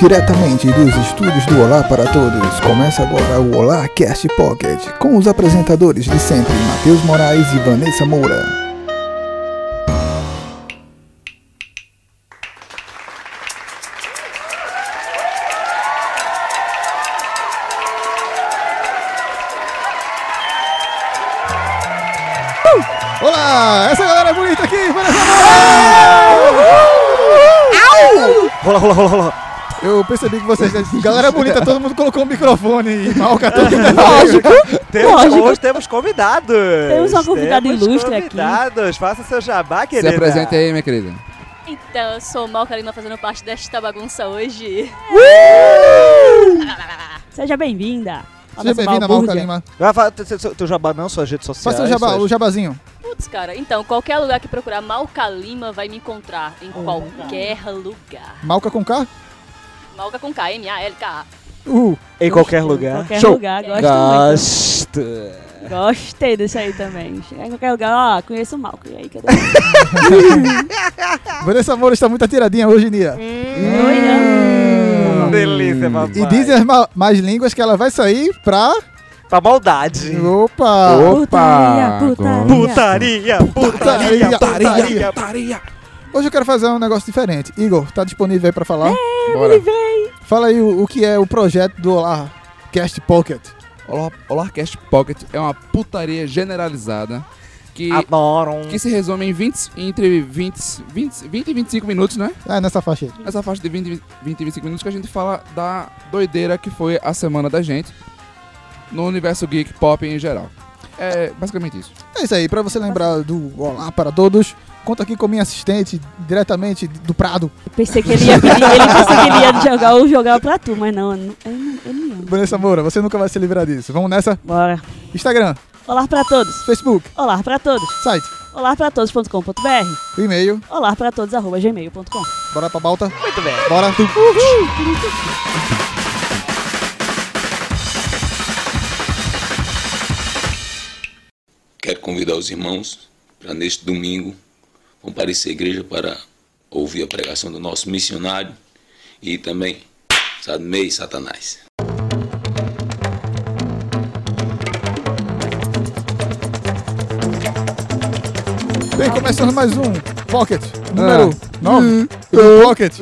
Diretamente dos estúdios do Olá para Todos, começa agora o Olá Cast Pocket, com os apresentadores de sempre, Matheus Moraes e Vanessa Moura. Olá, essa galera é bonita aqui, Vanessa Rola, rola, rola, rola. Eu percebi que vocês, galera bonita, todo mundo colocou um microfone e malca todo mundo. Lógico. Temos, Lógico. hoje temos convidados. Temos uma convidada ilustre aqui. convidados. Faça seu jabá, Se querida. apresenta aí, minha querida. Então, eu sou Malcarina fazendo parte desta bagunça hoje. Seja bem-vinda. ao Seja nosso bem-vinda, Tá Malca balbúrdia. Lima. Vai falar teu, teu- teu jabá não, suas redes sociais. Faça o, jabá, o suas- jabazinho. Putz, cara, então, qualquer lugar que procurar Malca Lima vai me encontrar. Em qualquer lugar. Malca com K? Malca com K, M-A-L-K-A. Uh, Em qualquer Gosto, lugar. Qualquer Show. lugar, gosto Gosto. muito. Gostei desse aí também. Em qualquer lugar, ó, conheço o Malco. E aí, cadê? Vanessa Moura está muito atiradinha hoje em dia. Oi, né? Hum, Delícia, papai. E dizem as ma- mais línguas que ela vai sair pra... Pra maldade. Opa! Putaria, Opa! putaria. Putaria, putaria, Putaria, putaria, putaria. putaria. Hoje eu quero fazer um negócio diferente. Igor, tá disponível aí pra falar? Bora. Fala aí o, o que é o projeto do Olá Cast Pocket. Olá, Olá Cast Pocket é uma putaria generalizada que, Ah, Adoram. que se resume em 20, entre 20, 20, 20 e 25 minutos, né? Ah, nessa faixa aí. Essa faixa de 20, 20 e 25 minutos que a gente fala da doideira que foi a semana da gente no universo geek pop em geral. É basicamente isso. É isso aí, pra você lembrar do Olá para Todos, conta aqui com minha assistente diretamente do Prado. Pensei que ele ia pedir, ele pensou que ele ia jogar ou jogar pra tu, mas não, ele não- ele não. Vanessa Moura, você nunca vai se livrar disso. Vamos nessa? Bora. Instagram, Olá pra todos. Facebook, Olá pra todos. site, Olá pra todos.com.br. e-mail. Olá pra todos, arroba gmail.com. Bora pra pauta? Muito bem. Bora! Quero convidar os irmãos para neste domingo comparecer à igreja para ouvir a pregação do nosso missionário e também Sadmei Satanás. Bem, começando mais um Pocket, número 9. Pocket.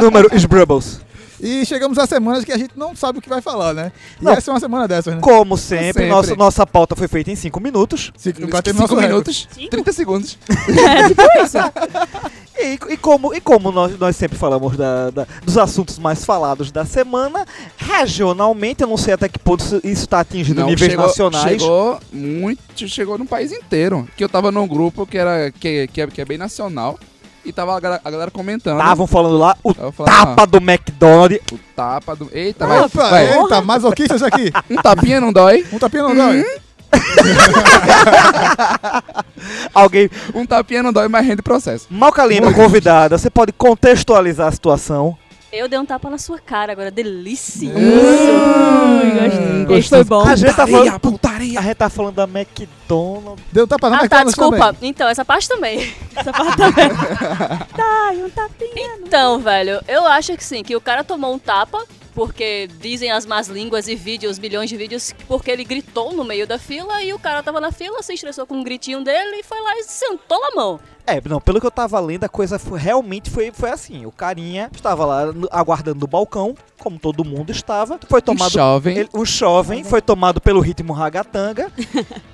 Número Sbrubbles. E chegamos a semanas que a gente não sabe o que vai falar, né? E Não. essa é uma semana dessas, né? Como sempre, Sempre. Nosso, nossa pauta foi feita em 5 minutos. Cinco, batemos 5 nosso recorde. minutos, Cinco? 30 segundos. É, tipo isso. E, e como, e como nós, nós sempre falamos da- da- dos assuntos mais falados da semana, regionalmente, eu não sei até que ponto isso está atingindo níveis chegou, nacionais. Chegou muito, chegou no país inteiro. Que eu tava num grupo que era que, que, é, que é bem nacional e tava a galera, a galera comentando. Estavam falando lá o Eu falava, um tapa é. do McDonald's. O tapa do. Eita, vai, Opa, vai. Tá, eita, masoquistas aqui. Um tapinha não dói. Um tapinha não dói. Alguém. Um tapinha não dói, mas rende processo. Malcalima, convidada, você pode contextualizar a situação. Eu dei um tapa na sua cara agora, delícia. Ui, Hum, gostei. Esse foi bom. A gente tá falando. putaria. A gente tá falando da McDonald's. Deu um tapa na Ah, tá, McDonald's desculpa. também. Então, essa parte também. Essa tá parte também. Dai, um tapinha. Então, velho, eu acho que sim, que o cara tomou um tapa, porque dizem as más línguas e vídeos, milhões de vídeos, porque ele gritou no meio da fila e o cara tava na fila, se estressou com um gritinho dele e foi lá e sentou na mão. É, não, pelo que eu tava lendo, a coisa foi- realmente foi, foi assim. O carinha estava lá no- aguardando no balcão, como todo mundo estava. Foi Tomado... tomado Jovem. Ele, um jovem foi tomado pelo ritmo ragatanga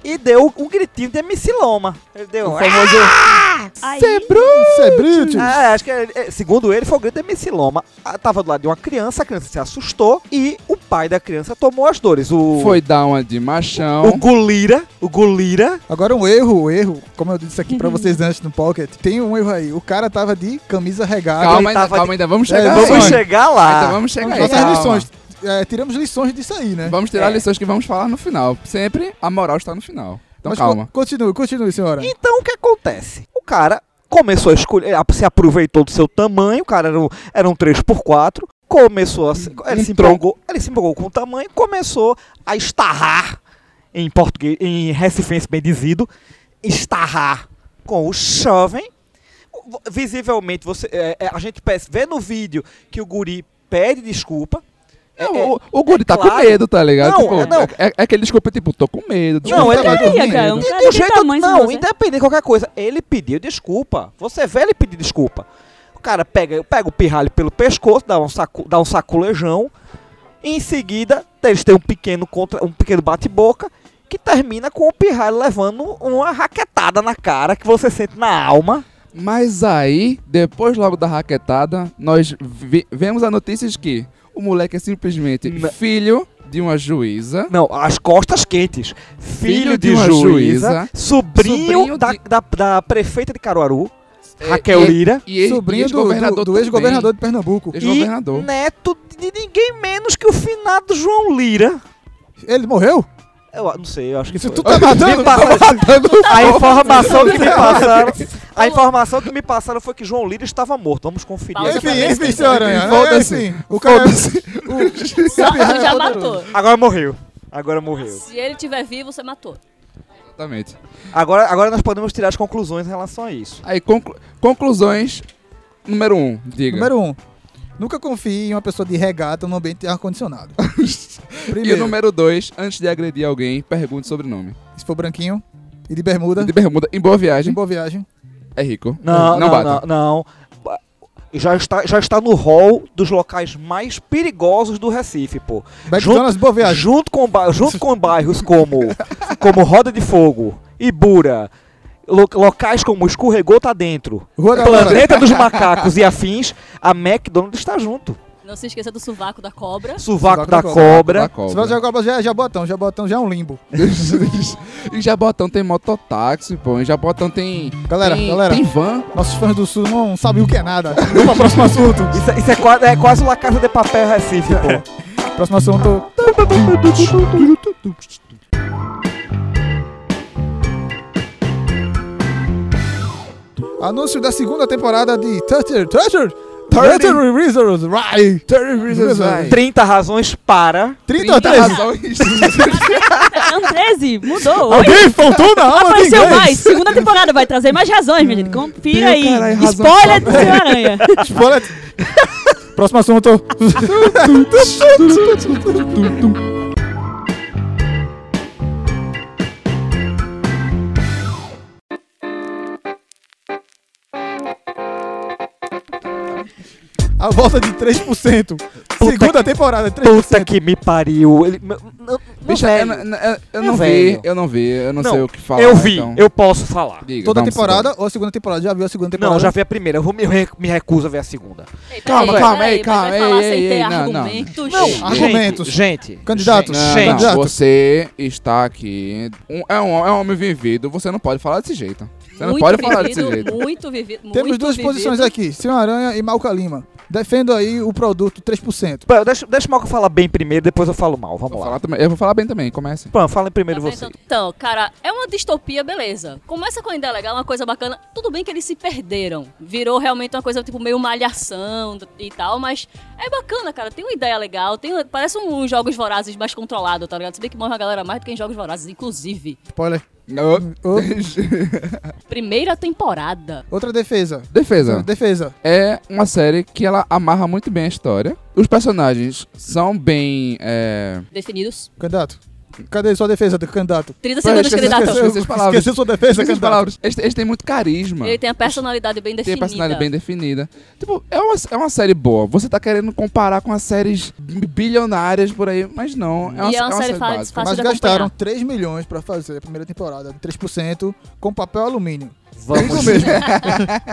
e deu um gritinho de MC Loma. Ele deu. O "Ah!" famoso. Aí, Isso é brito. Ah, acho que ele- é, segundo ele foi o grito de MC Loma. Ah, Tava do lado de uma criança, a criança se assustou e o pai da criança tomou as dores. O Foi dar uma de machão. o Gulira, o Gulira Agora um erro, um erro, como eu disse aqui pra vocês antes no Pocket, tem um erro aí. O cara tava de camisa regada. Calma, ele ainda, tava calma, de- ainda vamos chegar. É, aí. Vamos sim. chegar lá. Ainda vamos chegar. aí, Nossas calma. Então lições. é, tiramos lições disso aí, né? Vamos tirar É. lições que vamos falar no final. Sempre a moral está no final. Então Mas calma. co- continue, continue, senhora. Então o que acontece? O cara começou a escolher, a- se aproveitou do seu tamanho, o cara era um, era um 3x4, começou a. se- Ele, Um se empolgou, ele se empolgou com o tamanho, começou a estarrar, em português, em recifense bem dizido, estarrar com o jovem, visivelmente, você, é, é, a gente pe- vê no vídeo que o guri pede desculpa. É, Não, é- o, o Guri tá com claro. medo, tá ligado? Não, Tipo, não. É, é, é aquele desculpa, tipo, tô com medo. Não, desculpa, ele- mas tô com Peraí, cara, medo. um De, cara de um que jeito, tamanho não, você- independente de qualquer coisa, ele pediu desculpa. Você é vê ele pedir desculpa. O cara pega, pega o pirralho pelo pescoço, dá um, sacu, dá um saculejão. E em seguida, eles têm um pequeno, contra, um pequeno bate-boca que termina com o pirralho levando uma raquetada na cara que você sente na alma. Mas aí, depois logo da raquetada, nós vi- vemos a notícia de que o moleque é simplesmente Na- filho de uma juíza. Não, as costas quentes. Filho, Filho de, de uma juíza, juíza, sobrinho, sobrinho da, de- da, da prefeita de Caruaru, É, Raquel e- Lira. E ele, Sobrinho e do- do, do também. ex-governador de Pernambuco. Ex-governador. E neto de ninguém menos que o finado João Lira. Ele morreu? Eu não sei, eu acho que Isso foi. tu tá matando? Me passaram- a informação que me passaram. A Olá. informação que me passaram foi que João Lira estava morto. Vamos conferir. Pausa. Enfim, enfim, senhor Aranha. Foda-se. Enfim, o cara... Só, já matou. Agora morreu. Agora morreu. Se ele tiver vivo, você matou. Exatamente. Agora, agora nós podemos tirar as conclusões em relação a isso. Aí, conclu- conclusões número um, diga. Número um. Nunca confie em uma pessoa de regata num ambiente ar-condicionado. E o Primeiro, número dois, antes de agredir alguém, pergunte sobrenome. se for branquinho e de bermuda, De bermuda, em boa de viagem, boa viagem. é rico. Não, não, não, bata. não, Ba- Já está, já está no hall dos locais mais perigosos do Recife, pô. McDonald's, boa viagem. Junto com, ba- junto com bairros como, como Roda de Fogo, Ibura, lo- locais como Escorregou Tá Dentro, Rua da Aurora. Planeta dos Macacos e afins, a McDonald's está junto. Não se esqueça do sovaco da É. cobra. Sovaco Sovaco da da Da Cobra. Se você cobra. jogar bola, já é Jabotão. Jabotão já é um limbo. em Jabotão tem mototáxi, pô. Em Jabotão tem. Galera, tem, galera. Tem van. Nossos fãs do Sul não sabem o que é nada. Vamos para o próximo assunto. Isso, é- isso é, quase, é quase La Casa de Papel Recife, pô. Próximo assunto. Anúncio da segunda temporada de Treasure, Treasure, Treasure Reasons Right. 30 razões para... 30 13. razões. Eram 13, mudou. Oi? Alguém faltou na aula de Apareceu inglês. mais. Segunda temporada vai trazer mais razões, minha gente. Confira aí. caralho, razão Spoiler do Senhor Aranha. Spoiler. Próximo assunto. A volta de 3%. Segunda temporada, 3%. Puta que me pariu. Ele, não, não, Bicho, eu, velho. n- eu- eu não Meu vi, É velho. eu não vi, eu não, Não, sei o que falar. eu vi, então. eu posso falar. Diga, Toda vamos, temporada ou a segunda temporada? Já viu a segunda temporada? Não, já vi a primeira. Eu vou me, re- me recuso a ver a segunda. Ei, Calma, peraí, calma, peraí, ei, calma, Vai falar ei, sem ei, ter ei, não, não. argumentos. Não. Argumentos. Gente, gente, Candidatos. Não, Gente, não, Candidato. você está aqui. um- é, um, é um homem vivido, você não pode falar desse jeito. Você não Muito pode falar desse vivido, jeito. muito vivido. Temos muito duas vivido. posições aqui, Senhor Aranha e Malca Lima. Defendo aí o produto 3%. pera, deixa, deixa o Malco falar bem primeiro, depois eu falo mal. Vamos Vou lá. falar também- eu vou falar bem também, comece. Pô, fala primeiro Tá você. vendo? Então, cara, é uma distopia, beleza. Começa com a ideia legal, uma coisa bacana. Tudo bem que eles se perderam. Virou realmente uma coisa tipo meio malhação e tal, mas é bacana, cara. Tem uma ideia legal. Tem, parece um, um Jogos Vorazes mais controlado, tá ligado? Se bem que morre uma galera mais do que em Jogos Vorazes, inclusive. Spoiler. Ô, Primeira temporada. Outra defesa. Defesa. Defesa. É uma série que ela amarra muito bem a história. Os personagens são bem. É... Definidos. Candidato. Cadê sua defesa, candidato? 30 segundos, esqueci- candidato. Ah, tá. Esqueci as palavras. Esqueceu sua defesa, Essas candidato. palavras. Eles, eles têm muito carisma. Ele tem a personalidade bem Tem a definida. personalidade bem definida. Tipo, é uma, é uma série boa. Você tá querendo comparar com as séries bilionárias por aí, mas não. É uma, E é uma série fa- básica. fácil Mas de gastaram acompanhar. 3 milhões pra fazer a primeira temporada de 3% com papel alumínio. Vamos,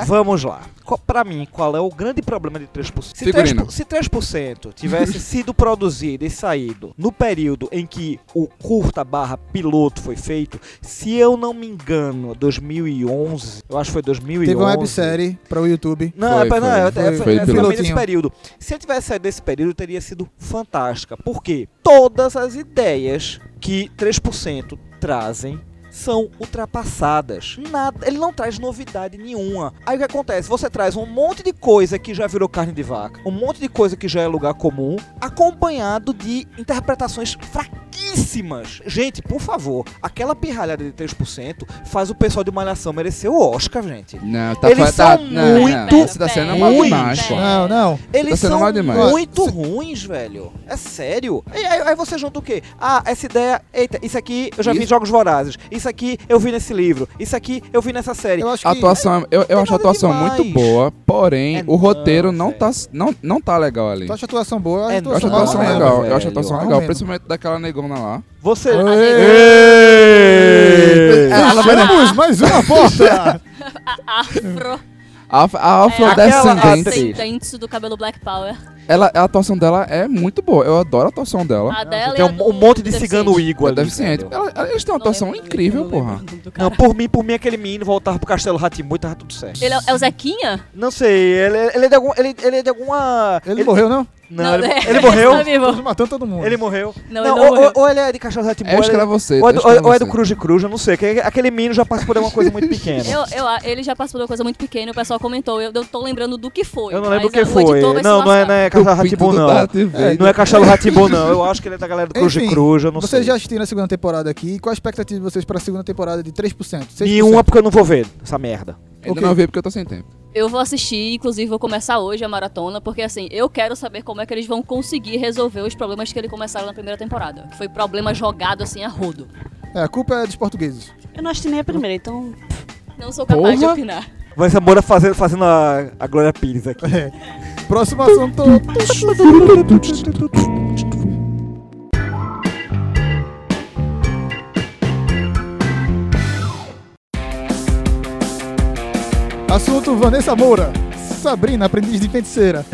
vamos lá. Qual- Pra mim, qual é o grande problema de 3%? Se, Figurino. 3%, se 3% tivesse sido produzido e saído no período em que o curta barra piloto foi feito, se eu não me engano, 2011, eu acho que foi 2011. Teve uma websérie para o YouTube. Não, Foi, é pra- não, foi, é- é- foi, é- é- foi é- é- pilotinho. é- desse período. Se eu tivesse saído desse período, teria sido fantástica. Porque todas as ideias que 3% trazem são ultrapassadas. Nada, ele não traz novidade nenhuma. Aí o que acontece? Você traz um monte de coisa que já virou carne de vaca, um monte de coisa que já é lugar comum, acompanhado de interpretações fraquíssimas pouquíssimas. Gente, por favor, aquela pirralhada de 3% faz o pessoal de Malhação merecer o Oscar, gente. Não, tá Eles fa- tá- são não, muito não, Você tá sendo mal ruins, demais, pô. velho. Não, não. Eles sendo são mal demais. muito ruins, velho. É sério. E aí, aí você junta o quê? Ah, essa ideia. Eita, isso aqui eu já vi em Isso. Jogos Vorazes. Isso aqui eu vi nesse livro. Isso aqui eu vi nessa série. Eu acho A que. atuação, é- eu, eu acho nada a atuação demais. muito boa, porém É o roteiro não, não, tá, não, não tá legal ali. Tu acha a atuação boa? É, a eu Eu acho atuação a mais atuação ou menos, legal, eu acho a velho, é atuação mais ou legal, menos. principalmente daquela negona lá. Você. Ela vai na- Fechamos mais uma porta! A afro. A, a Aquela afrodescendente, atriz. Descendente do cabelo Black Power. ela, a atuação dela é muito boa, eu adoro a atuação dela. A dela Tem é a do um, um monte de deficiente. cigano Igor É ali. deficiente. velho. Ela- ela- eles têm uma Não é atuação lembro, incrível, não porra. lembro o nome do Não, cara. por mim, por mim, aquele menino voltava pro Castelo Ratimbu e tava tudo certo. Ele é, é o Zequinha? Não sei, ele, ele é de algum. Ele, ele é de alguma. Ele morreu, não? Não, ele, é. ele morreu. Tá vivo. Ele matando todo mundo. Ele morreu. Não, ele não ou, morreu. ou- ou ele é de Castelo Ratimbu. Eu acho que era você. Ou é, eu do, acho que era ou é do você. Cruz de Cruz, eu não sei. que Aquele menino já passou por alguma coisa muito pequena. Eu, eu, a- ele já passou por uma coisa muito pequena, o pessoal comentou. Eu, eu tô lembrando do que foi. Eu não lembro o mas que a- O foi. editor vai se Não, não é, lascar. não é Castelo Do pinto Ratibum, do não. Darth Vader. É, Não é Castelo Ratibum, não. Eu acho que ele é da galera do Cruz de Enfim, Cruz, eu não Vocês já sei. assistiram a segunda temporada aqui. Qual a expectativa de vocês para a segunda temporada de 3%? 6%? Nenhuma porque eu não vou ver essa merda. Ainda Ok. não vi porque eu tô sem tempo. Eu vou assistir, inclusive vou começar hoje a maratona, porque assim, eu quero saber como é que eles vão conseguir resolver os problemas que eles começaram na primeira temporada. Que foi problema jogado assim a rodo. É, a culpa é dos portugueses. Eu não assisti nem a primeira, então. Não sou capaz de Porra! opinar. Vanessa Moura fazendo, fazendo a, a Glória Pires aqui. Próximo assunto. assunto Vanessa Moura. Sabrina, aprendiz de feiticeira.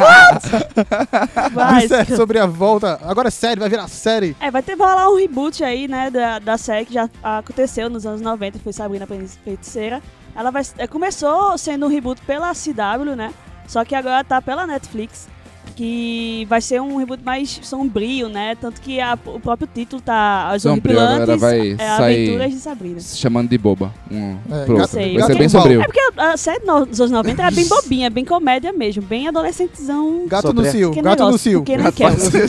Ah, Vai, Disser é sobre a volta. Agora é série, vai virar série. É, vai ter vai rolar um reboot aí, né, da, da série que já aconteceu nos anos 90, foi Sabrina Aprendiz Feiticeira. Ela vai, é, começou sendo um reboot pela CW, né, só que agora tá pela Netflix, que vai ser um reboot mais sombrio, né, tanto que a- o próprio título tá As Sombrio, a galera Horripilantes vai é, sair- Aventuras de É, Sabrina. Se chamando de boba. Um É, gato- pro outro. sei. Vai ser Gato com bem sombrio. É porque a a série no- dos anos 90 era bem bobinha, bem comédia mesmo, bem adolescentezão. Gato Sobre no a- cio, pequeno gato no negócio, cio. pequeno É, enquete.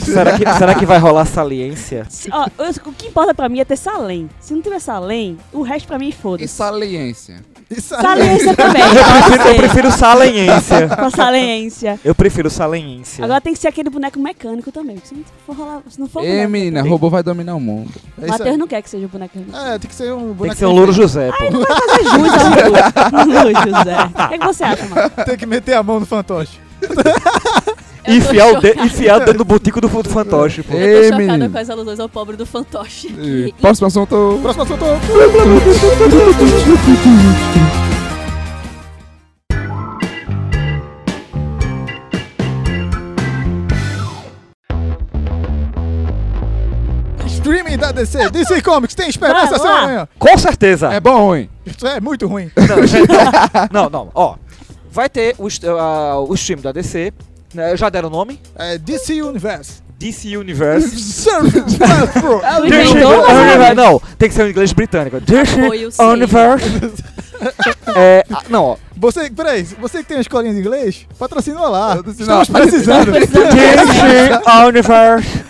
será, que, será que vai rolar saliência? Se- ó, eu- o que importa pra mim é ter Salem. Se não tiver Salem, o resto pra mim E foda-se. saliência. Isso aí. Saliência também. Eu prefiro, eu pode ser. prefiro saliência. Com a saliência. Eu prefiro saliência. Agora tem que ser aquele boneco mecânico também. porque Se não for rolar, se não for um Ei, boneco menina, mecânico- robô vai dominar o mundo. É isso aí. Matheus não quer que seja um boneco mecânico. é É, tem que ser um boneco. Tem que ser um louro José, pô. Fazer jus ao Lu, José. O que, é que você acha, mano? Tem que meter a mão no fantoche. Eu E tô enfiar o chocada. de- enfiar dentro do botico do fundo fantoche, pô. Ei, Eu tô chocada menino. com as alusões ao pobre do fantoche. E Que Próximo assunto. Próximo assunto. Streaming da DC. DC Comics tem esperança Vai essa lá. manhã. Com certeza! É bom ou ruim? Tá Isso é muito ruim. Não, gente, não, não, não, ó. Vai ter o, est- ah, o stream da DC, né, já deram o nome? É DC Universe. DC Universe. Service Pro. Ah, o DC inventor, mas Universe- é. Não, tem que ser um inglês britânico. DC Apoio sim. Universe. É, ah, não, ó. Você, peraí, você que tem uma escolinha de inglês, patrocina lá. Patrocina Estamos lá. precisando. DC Universe.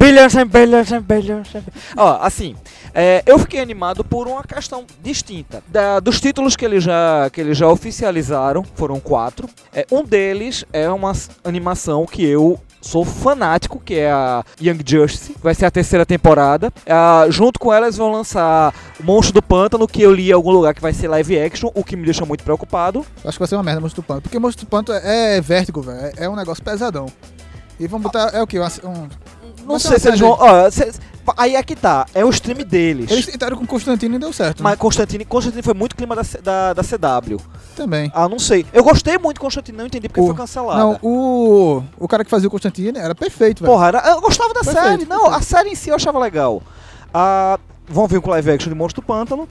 Billions and billions and billions. and- Ó, assim, é, eu fiquei animado por uma questão distinta. Da- dos títulos que eles já, que eles já oficializaram, foram quatro. É, um deles é uma s- animação que eu sou fanático, que é a Young Justice. Vai ser a terceira temporada. Ah, junto com ela, eles vão lançar o Monstro do Pântano, que eu li em algum lugar que vai ser live action, o que me deixa muito preocupado. Acho que vai ser uma merda Monstro do Panto. Porque Monstro do Panto é, é vértigo, velho. É, é um negócio pesadão. E vamos botar. É o quê? Um, um- Não Mas sei se é uma eles vão. ó, se- aí é que tá. É o stream deles. Eles tentaram com Constantino e deu certo. né? Mas Mas... Constantine, Constantine foi muito clima da, C- da, da CW. Também. Ah, não sei. Eu gostei muito de Constantine, não entendi porque O- foi cancelado. Não, o. O cara que fazia o Constantino era perfeito, velho. Porra, era- eu gostava da Perfeito, série. Não, a série em si eu achava legal. Ah, vão vir com live action de Monstro do Pântano.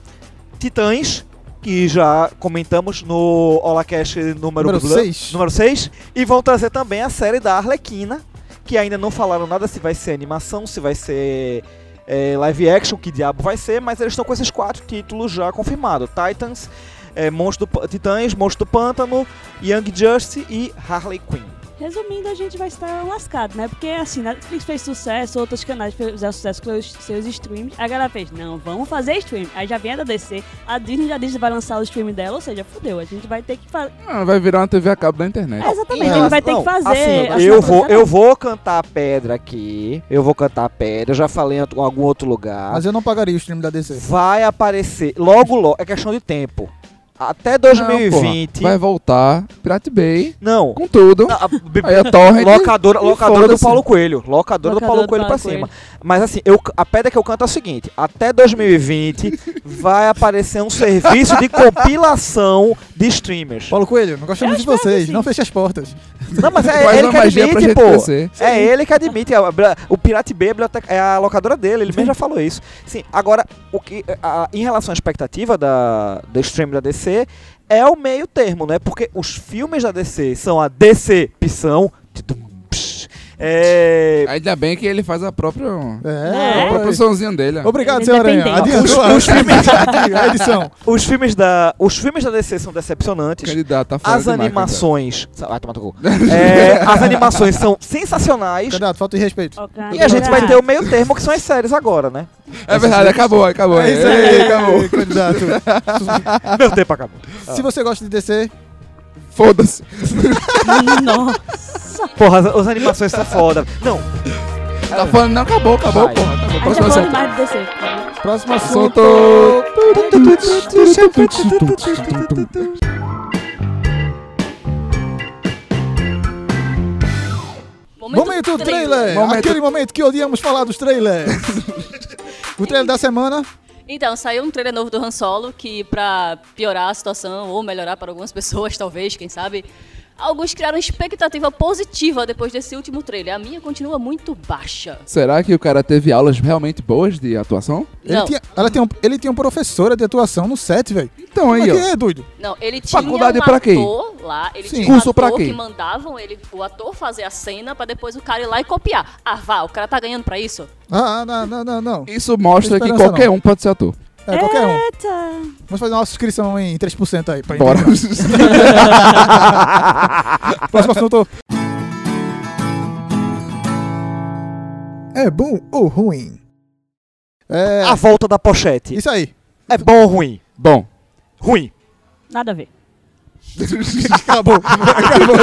Titãs, que já comentamos no Holacast número Número blan- seis. número 6. E vão trazer também a série da Arlequina, que ainda não falaram nada se vai ser animação, se vai ser é, live action, que diabo vai ser, mas eles estão com esses quatro títulos já confirmados. Titans, é, Monstro do Pân- Titãs, Monstro do Pântano, Young Justice e Harley Quinn. Resumindo, a gente vai estar lascado, né? Porque assim, Netflix fez sucesso, outros canais fizeram sucesso com os seus streams. A galera fez, não, vamos fazer stream. Aí já vem a da DC, a Disney já disse que vai lançar o stream dela, ou seja, fudeu, a gente vai ter que fazer. Ah, vai virar uma TV a cabo da internet. É, exatamente, Em a gente relação- vai ter que não, fazer. assim, eu vou, eu vou cantar a pedra aqui. Eu vou cantar a pedra. Eu já falei em outro- algum outro lugar. Mas eu não pagaria o stream da DC. Vai aparecer logo, logo. É questão de tempo. Até Não, 2020. porra. vai voltar Pirate Bay Não. com tudo. A- a- bi- Aí a Torrent. locadora e locadora do foda-se. Paulo Coelho. Locadora do Paulo Coelho pra cima. Mas assim, eu, a pedra que eu canto é o seguinte: até 2020 vai aparecer um serviço de compilação de streamers. Paulo Coelho, não gostamos de vocês, sim. não feche as portas. Não, mas é, Faz ele uma que magia pra admite, gente pô. crescer. É ele que admite. a- a- o Pirate Bay é a biblioteca- é a locadora dele, ele mesmo já falou isso. Sim, agora, o que, a- a- em relação à expectativa da, do stream da DC, é o meio termo, né? Porque os filmes da DC são a decepção. Tudum, psh. É, Ainda bem que ele faz a própria, É? a opa, própria somzinha dele. ó. Obrigado, Ele é senhor Aranha. independente. Adiantou a- aqui, a edição. os, filmes da, os filmes da DC são decepcionantes. Candidato, tá fora então. As demais, animações. Ah, toma no cu. É, as animações são sensacionais. Candidato, falta de respeito. E a gente vai ter o meio termo que são as séries agora, né? candidato. É verdade, acabou, acabou. É isso Ei, aí, acabou. candidato. Ah. Meu tempo acabou. Se você gosta de DC, Foda-se. Nossa! Porra, as, as animações são foda. Não, Tá falando, não, acabou, acabou, Vai. porra. Acabou. A gente Próximo vai assunto. mais de DC. próximo assunto. Assunto. Momento trailer. Momento- Aquele momento que odiamos falar dos trailers. o trailer da semana. Então, saiu um trailer novo do Han Solo que, pra piorar a situação ou melhorar para algumas pessoas, talvez, quem sabe, alguns criaram expectativa positiva depois desse último trailer. A minha continua muito baixa. Será que o cara teve aulas realmente boas de atuação? Ele não, tinha, ela tem um, ele tinha um professora de atuação no set, velho. Então aí, Aqui ó. é doido. não, ele tinha Faculdade um pra quê? ator lá, ele Sim. tinha um Curso pra ator quê? que mandavam ele, o ator fazer a cena pra depois o cara ir lá e copiar. Ah, vá, o cara tá ganhando pra isso? Ah, ah, não, não, não, não. Isso mostra que Esperança qualquer não. um pode ser ator. É qualquer um. Eita! Vamos fazer uma inscrição em 3% aí. Pra Bora. entrar. Próximo assunto. É bom ou ruim? É, a volta da pochete. isso aí. É bom ou ruim? Bom, Ruim. Nada a ver. Acabou. Acabou.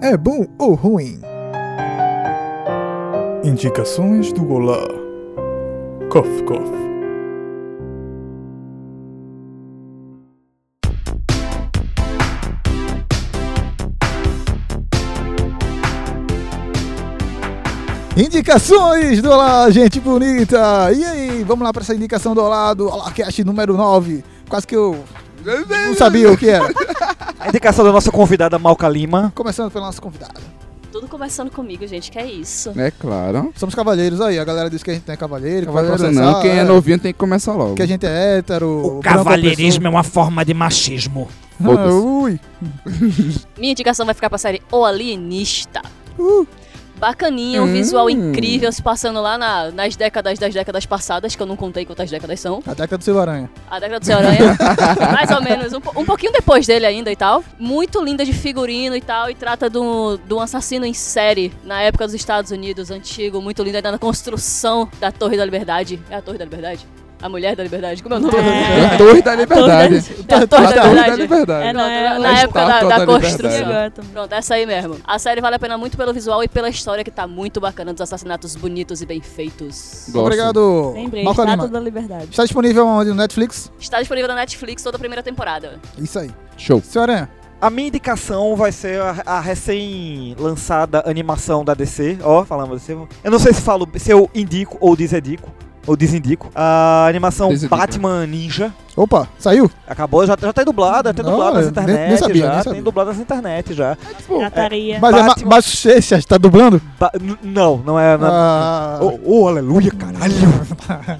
É bom ou ruim? Indicações do Olá. Cof, cof. Indicações do Olá, gente bonita. E aí, vamos lá pra essa indicação do Olá, do Olá Cast número 9. Quase que eu não sabia o que era. A indicação da nossa convidada Malca Lima. Começando pela nossa convidada. Tudo começando comigo, gente, que é isso. é claro. Somos cavalheiros aí. A galera diz que a gente não é cavalheiro. que vai Cavaleiro processar, não, quem é novinho tem que começar logo. Que a gente é hétero. branco é uma forma de machismo. opressor. Ah, Foda-se. ui. Minha indicação vai ficar pra série O Alienista. Bacaninha, um Uh. Hum. visual incrível se passando lá na- nas décadas das décadas passadas, que eu não contei quantas décadas são. A década do Silva Aranha. A década do Senhor Aranha, mais ou menos, um, po- um pouquinho depois dele ainda e tal. Muito linda de figurino e tal, e trata de um, de um assassino em série na época dos Estados Unidos, antigo, muito linda, ainda na construção da Torre da Liberdade. É a Torre da Liberdade? A Mulher da Liberdade? Como é o nome? É. É a Torre da Liberdade. É então, a Torre da da Liberdade. Liberdade. É, não, é, Pronto, na a época da, estátua da da E Liberdade. construção. agora também. Pronto, é essa aí mesmo. A série vale a pena muito pelo visual e pela história que tá muito bacana, dos assassinatos bonitos e bem feitos. Gosto. Obrigado. Lembrei, Malco Estátua Lima. da Liberdade. Está disponível onde? No Netflix? Está disponível na Netflix toda a primeira temporada. Isso aí. Show. Senhor Aranha. A minha indicação vai ser a, a recém-lançada animação da DC. Ó, falamos DC. Eu não sei se falo, se eu indico ou desedico. Ou desindico. A animação Desedico. Batman Ninja. Opa, saiu? Acabou, já, já tá dublada, tem Não, dublada nas eu nem- nem internet sabia, nem já, sabia. tem dublada nas internet já. Pirataria. Mas é Batman. Ma- Macho Cheixa, tá dublando? Ba- n- não, não é... não é- Ah, Oh, oh, aleluia, caralho!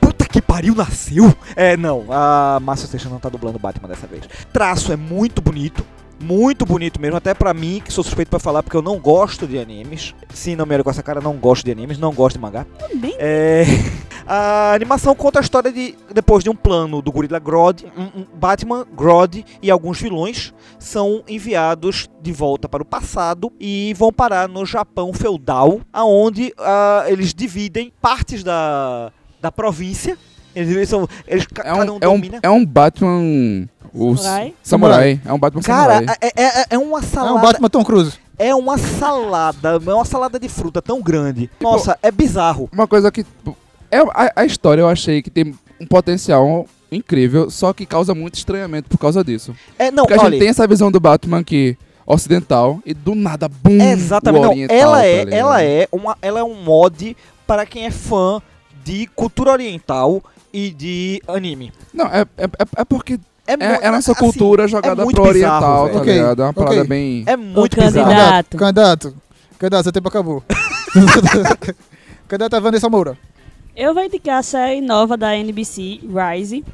Puta que pariu, nasceu! É, não, a Márcia Seixas não tá dublando Batman dessa vez. Traço é muito bonito, muito bonito mesmo, até pra mim, que sou suspeito pra falar, porque eu não gosto de animes. Sim, não me olho com essa cara, não gosto de animes, não gosto de mangá. Também? É, A animação conta a história de depois de um plano do Gorila Grodd, um- um Batman, Grodd e alguns vilões são enviados de volta para o passado e vão parar no Japão feudal, aonde ah, eles dividem partes da, da província. Eles, eles são eles, ca- É um, cada um é, um, domina. é um Batman. O samurai? Samurai? samurai. É um Batman Cara, samurai. é, é- é- é uma É um salada, Batman Tom Cruise. é, uma salada, é uma salada de fruta tão grande. Tipo, Nossa, é bizarro. Uma coisa que. tipo, É, a, a história eu achei que tem um potencial incrível, só que causa muito estranhamento por causa disso. É não, Porque a olha, gente tem essa visão do Batman que ocidental e do nada, bum! É, Exatamente. o Não, oriental, ela tá é, ligado? ela né? é uma, ela é um mod para quem é fã de cultura oriental e de anime. Não, é, é, é- é porque é, muito- é a nossa assim, cultura jogada muito pro bizarro, oriental, velho. tá Ok, ligado? É uma ok. parada bem. É muito O bizarro. candidato. Candidato. Candidato, seu tempo acabou. Candidata Vanessa Moura. Eu vou indicar a série nova da NBC, Rise,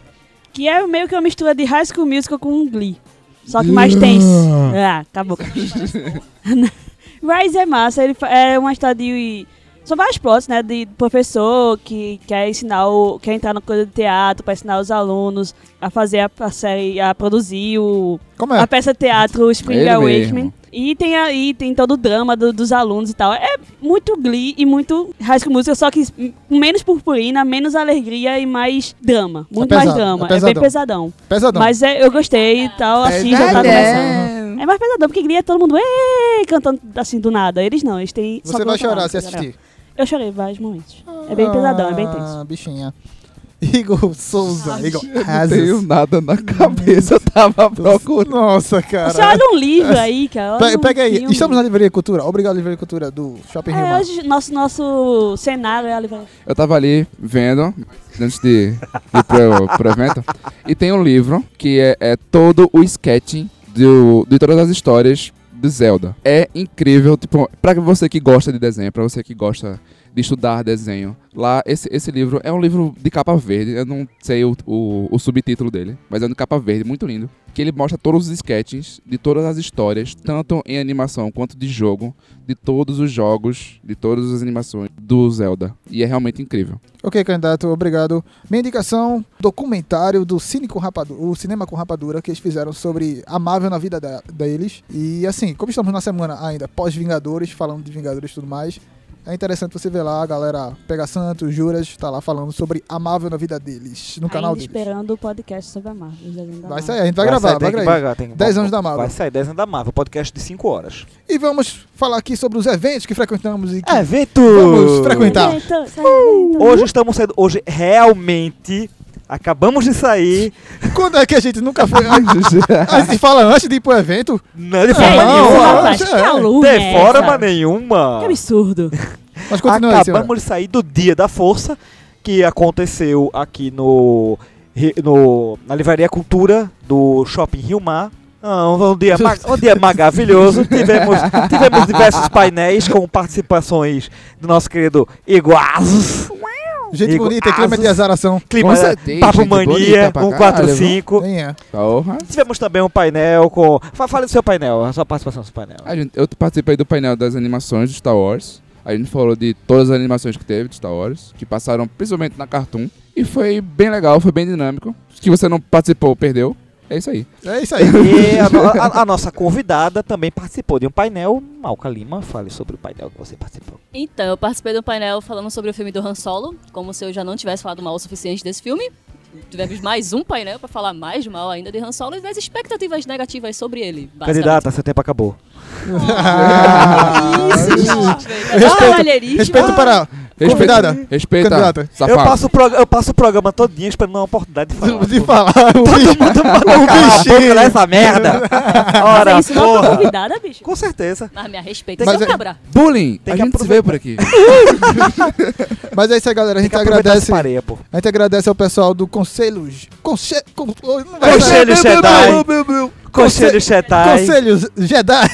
que é meio que uma mistura de High School Musical com Glee. Só que mais tenso. Ah, acabou. Rise é massa, ele fa- é uma história de... São vários plots, né? De professor que quer ensinar, o, quer entrar na coisa de teatro para ensinar os alunos a fazer a, a série, a produzir o, Como é? a peça de teatro Spring Ele Awakening. mesmo. E tem aí tem todo o drama do- dos alunos e tal. É muito glee e muito High School Musical, só que com menos purpurina, menos alegria e mais drama. Muito mais pesado, drama. é É, bem pesadão. pesadão. Pesadão. Mas é- eu gostei e tal, assim, já tá começando. É mais pesadão, porque glee é todo mundo "Ê", cantando assim do nada. Eles não, eles têm... só tá Você vai cantam lá, chorar se cara. assistir. Eu chorei vários momentos. É bem pesadão, é bem tenso. Ah, bichinha. Igor Souza. Igor Não tenho Asas. nada Hum. na cabeça, eu tava procurando. Nossa, Você cara. olha um livro aí, cara. olha Pe- um Ah, Pega aí. filme. Estamos na Livraria Cultura. Obrigado, Livraria Cultura do Shopping Rio É, Mar. hoje nosso, nosso cenário é a livraria. Eu tava ali vendo, antes de, de ir pro, pro evento, e tem um livro que é, é todo o sketching do, de todas as histórias do Zelda. É incrível, tipo, pra você que gosta de desenho, pra você que gosta de estudar desenho, lá esse, esse livro é um livro de capa verde, eu não sei o, o, o subtítulo dele, mas é um de capa verde, muito lindo, que ele mostra todos os sketches de todas as histórias, tanto em animação quanto de jogo, de todos os jogos, de todas as animações do Zelda. E é realmente incrível. Ok, candidato, obrigado. Minha indicação, É um documentário do Cine com Rapadura, o Cinema com Rapadura, que eles fizeram sobre Amável na vida da- deles. E assim, como estamos na semana ainda pós-Vingadores, falando de Vingadores e tudo mais, é interessante você ver lá a galera Pega Santos, Juras, tá lá falando sobre Amável na vida deles, no canal Ainda deles. esperando o podcast sobre a Marvel. os desenhos da Vai Marvel. sair, a gente vai, gravar, vai gravar. tem que- 10 anos da Marvel. Vai sair 10 anos da Marvel, podcast de 5 horas. E vamos falar aqui sobre os eventos que frequentamos e que É, Evento! vamos frequentar. Então, sai, então. Hoje estamos saindo, hoje realmente acabamos de sair, Quando é que a gente nunca foi? a gente fala antes de ir pro evento? não de Que forma não, isso, é não, nenhuma. rapaz, não, que não. calúnia De é forma essa? nenhuma. Que absurdo. Mas continua aí, senhora. Acabamos de sair do Dia da Força, que aconteceu aqui no, Ri- no- na Livraria Cultura do Shopping Rio Mar. Ah, um, um dia, ma- um dia maravilhoso. Tivemos, tivemos diversos painéis com participações do nosso querido Iguazos, Gente Igor bonita, clima Asus. de azaração. Clima eh, certeza, é Papo gente Mania bonita pra caralho, 145. Nem é. Porra. Tivemos também um painel com. fa- Fala do seu painel, a sua participação no seu painel. A gente, eu participei do painel das animações do Star Wars. A gente falou de todas as animações que teve de Star Wars, que passaram principalmente na Cartoon. E foi bem legal, foi bem dinâmico. Se você não participou, perdeu. É isso aí. É isso aí. E a, no- a- a nossa convidada também participou de um painel. Malca Lima, fale sobre o painel que você participou. Então, eu participei do painel falando sobre o filme do Han Solo, como se eu já não tivesse falado mal o suficiente desse filme. Tivemos mais um painel pra falar mais mal ainda de Han Solo e das expectativas negativas sobre ele. basicamente. Candidata, seu tempo acabou. Isso, gente. Ah, é Respeito, Cavalheirismo. Respeito para Convidada. Respeita, Candidata. safado. Eu passo, o prog- eu passo o programa todinho esperando uma oportunidade de de falar. falar o bicho. Cala a O boca bichinho. dessa merda! é Ora, Mas é isso não é pra porra! convidada, bicho. Com certeza. Mas me respeita, Mas seu é- cabra. Bullying, Tem a que gente se vê por aqui. Mas é isso aí, galera. A Tem que gente aproveitar agradece. essa pareia, pô. A gente agradece ao pessoal do Conselhos. Conselhos. Conselhos é Jedi. Conselho Chetai. Conselhos Jedi.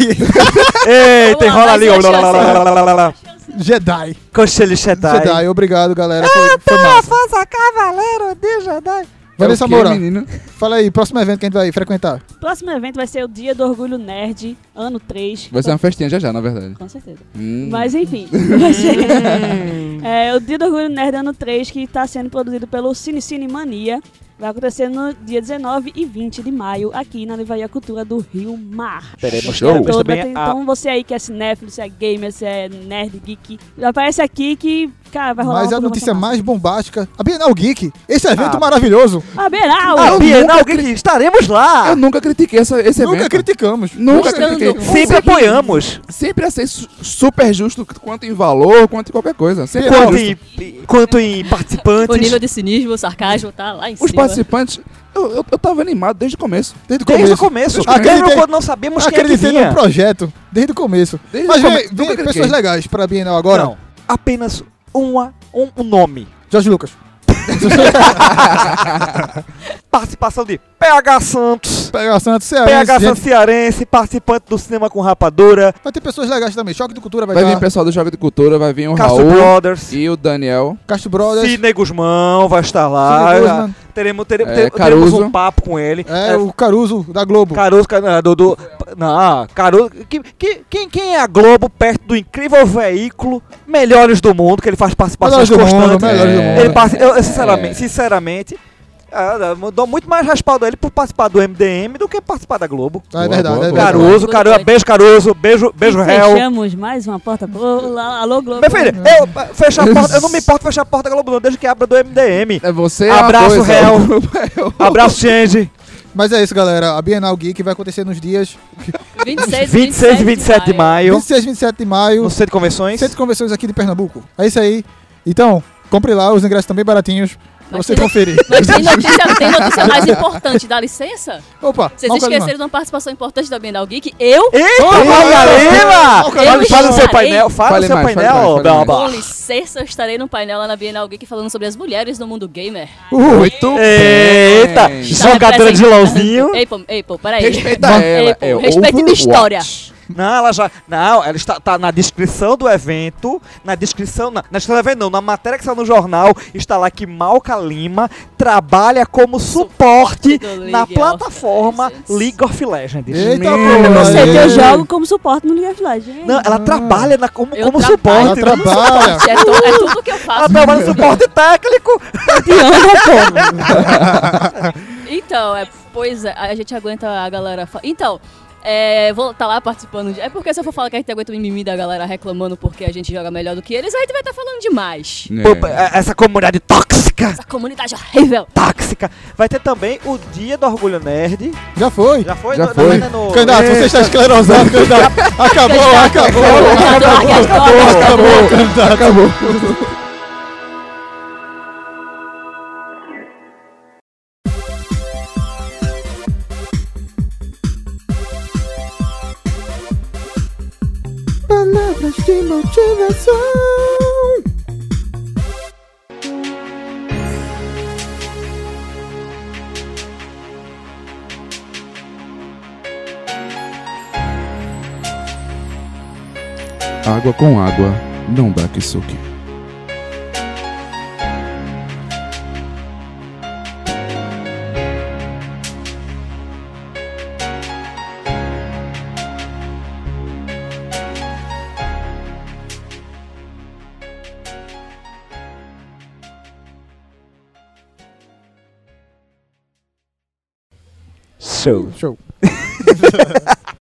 Eita, Vamos enrola um lá, ali. ó. mais uma chance. Lá, lá, lá, lá, lá, lá. Jedi. Conselho Chetai. Ah, Tá, Jedi. Obrigado, galera. Foi, foi massa. Faça cavaleiro de Jedi. Vanessa É o quê, Moura, menino? fala aí, próximo evento que a gente vai frequentar. Próximo evento vai ser o Dia do Orgulho Nerd, ano 3. Vai ser é uma festinha já já, na verdade. Com certeza. Hum. Mas enfim, vai ser. É, o Dia do Orgulho Nerd ano 3, que está sendo produzido pelo Cine Cine Mania. Vai acontecer no dia 19 e 20 de maio, aqui na Livraria Cultura do Rio Mar. Teremos, Show. teremos Toda, também tem- a Então você aí que é cinéfilo, você é gamer, você é nerd, geek, aparece aqui que, cara, vai rolar Mas é uma a notícia programação mais bombástica, a Bienal Geek, esse evento Ah. maravilhoso. massa. Ah, Bienal! a eu Bienal nunca que que estaremos lá. Eu nunca critiquei essa, esse Nunca evento. criticamos. Nunca Mostrando critiquei. Sempre apoiamos. Sempre achei su- super justo quanto em valor, quanto em qualquer coisa. Sempre foi Quanto justo. em, quanto em O nível participantes. de cinismo, sarcasmo tá lá em Os cima. participantes, eu, eu, eu tava animado desde o começo. Desde o Desde o começo. começo. Desde o começo. Lembra Acreditei- quando não sabíamos quem é que Acreditei vinha? no projeto, desde o começo. Desde Mas o começo, vem, nunca vem critiquei. pessoas legais pra Bienal agora. Não. Apenas uma, um, um nome. Jorge Lucas. Participação de PH Santos. PH Santos, Cearense, PH gente. Santos Cearense, participante do Cinema com Rapadura, Vai ter pessoas legais também. Choque de Cultura vai, Vai estar. vir pessoal do Jovem de Cultura, vai vir o Castro Raul Brothers, e o Daniel. Castro Brothers. Sidney Guzmão vai estar lá. Sidney Guzman. Teremos, teremos, É, teremos Caruso. um papo com ele. É, o Caruso da Globo. Caruso, Car- ah, do, do, não, Caruso, que, que- quem, quem é a Globo perto do incrível veículo Melhores do Mundo, que ele faz participações Melhores do mundo, constantes. melhores do É. mundo. Ele participa, eu, eu, sinceramente, É. sinceramente ah, eu dou muito mais respaldo a ele por participar do MDM do que participar da Globo. Ah, Boa, é verdade, boa, é boa. verdade. Caruso, Caruso, beijo Caruso, beijo, beijo E réu. Fechamos mais uma porta. Ô, Alô, Globo. Meu filho, eu, ah, fecho a porta, eu não me importo fechar a porta da Globo, não, desde que abra do MDM. É você Abraço, é uma coisa, réu. o grupo é outra. Abraço, Change. Mas é isso, galera. A Bienal Geek vai acontecer nos dias 26 26 e 27 de maio, 26 e 27 de maio. no Centro de Convenções. Centro de Convenções aqui de Pernambuco. É isso aí. Então, compre lá. Os ingressos também baratinhos. Pra Mas você tem- conferir. Mas tem notícia, tem notícia mais importante, dá licença? Opa, Vocês Malcolm Lima. esqueceram de uma participação importante da Bienal Geek? Eu, Eita, Ô, Margarina! Margarina! Fala- Fala o seu estarei. painel, fala o Fale seu mais, fale mais, painel, fale com Belba. licença, eu estarei num painel lá na Bienal Geek falando sobre as mulheres no mundo gamer. Tá Uhul. Muito Eita, bem. Está jogadora de LOLzinho. Ei, pô, ei, pô, peraí. Respeita Ei, ela. pô, É respeita Overwatch. minha história. Não, ela já. Não, ela está tá na descrição do evento. Na descrição. Na, na descrição do evento, não. Na matéria que está no jornal, está lá que Malca Lima trabalha como suporte do League na of plataforma Legends. League of Legends. Eita, Menino, pô, Eu sei que aí. eu Ah. jogo como suporte no League of Legends. Não, ela trabalha na- como, Eu como trabalho. Ela suporte. né? trabalha. É, tu- é tudo que eu Ela faço. trabalha no suporte técnico. Então, é, pois é, a gente aguenta a galera. fa- Então, é, vou tá lá participando. de- É porque se eu for falar que a gente aguenta o mimimi da galera reclamando porque a gente joga melhor do que eles, a gente vai estar falando demais. Pô, É. é, Essa comunidade tóxica. Essa comunidade horrível. Tóxica. Vai ter também o Dia do Orgulho Nerd. Já foi. Já foi? Já No- foi. Não, não, no- Candidato, você está esclerosado, candidato. Acabou, acabou. Larga as drogas. Acabou, acabou. Água com água não dá que suque. Show. Show.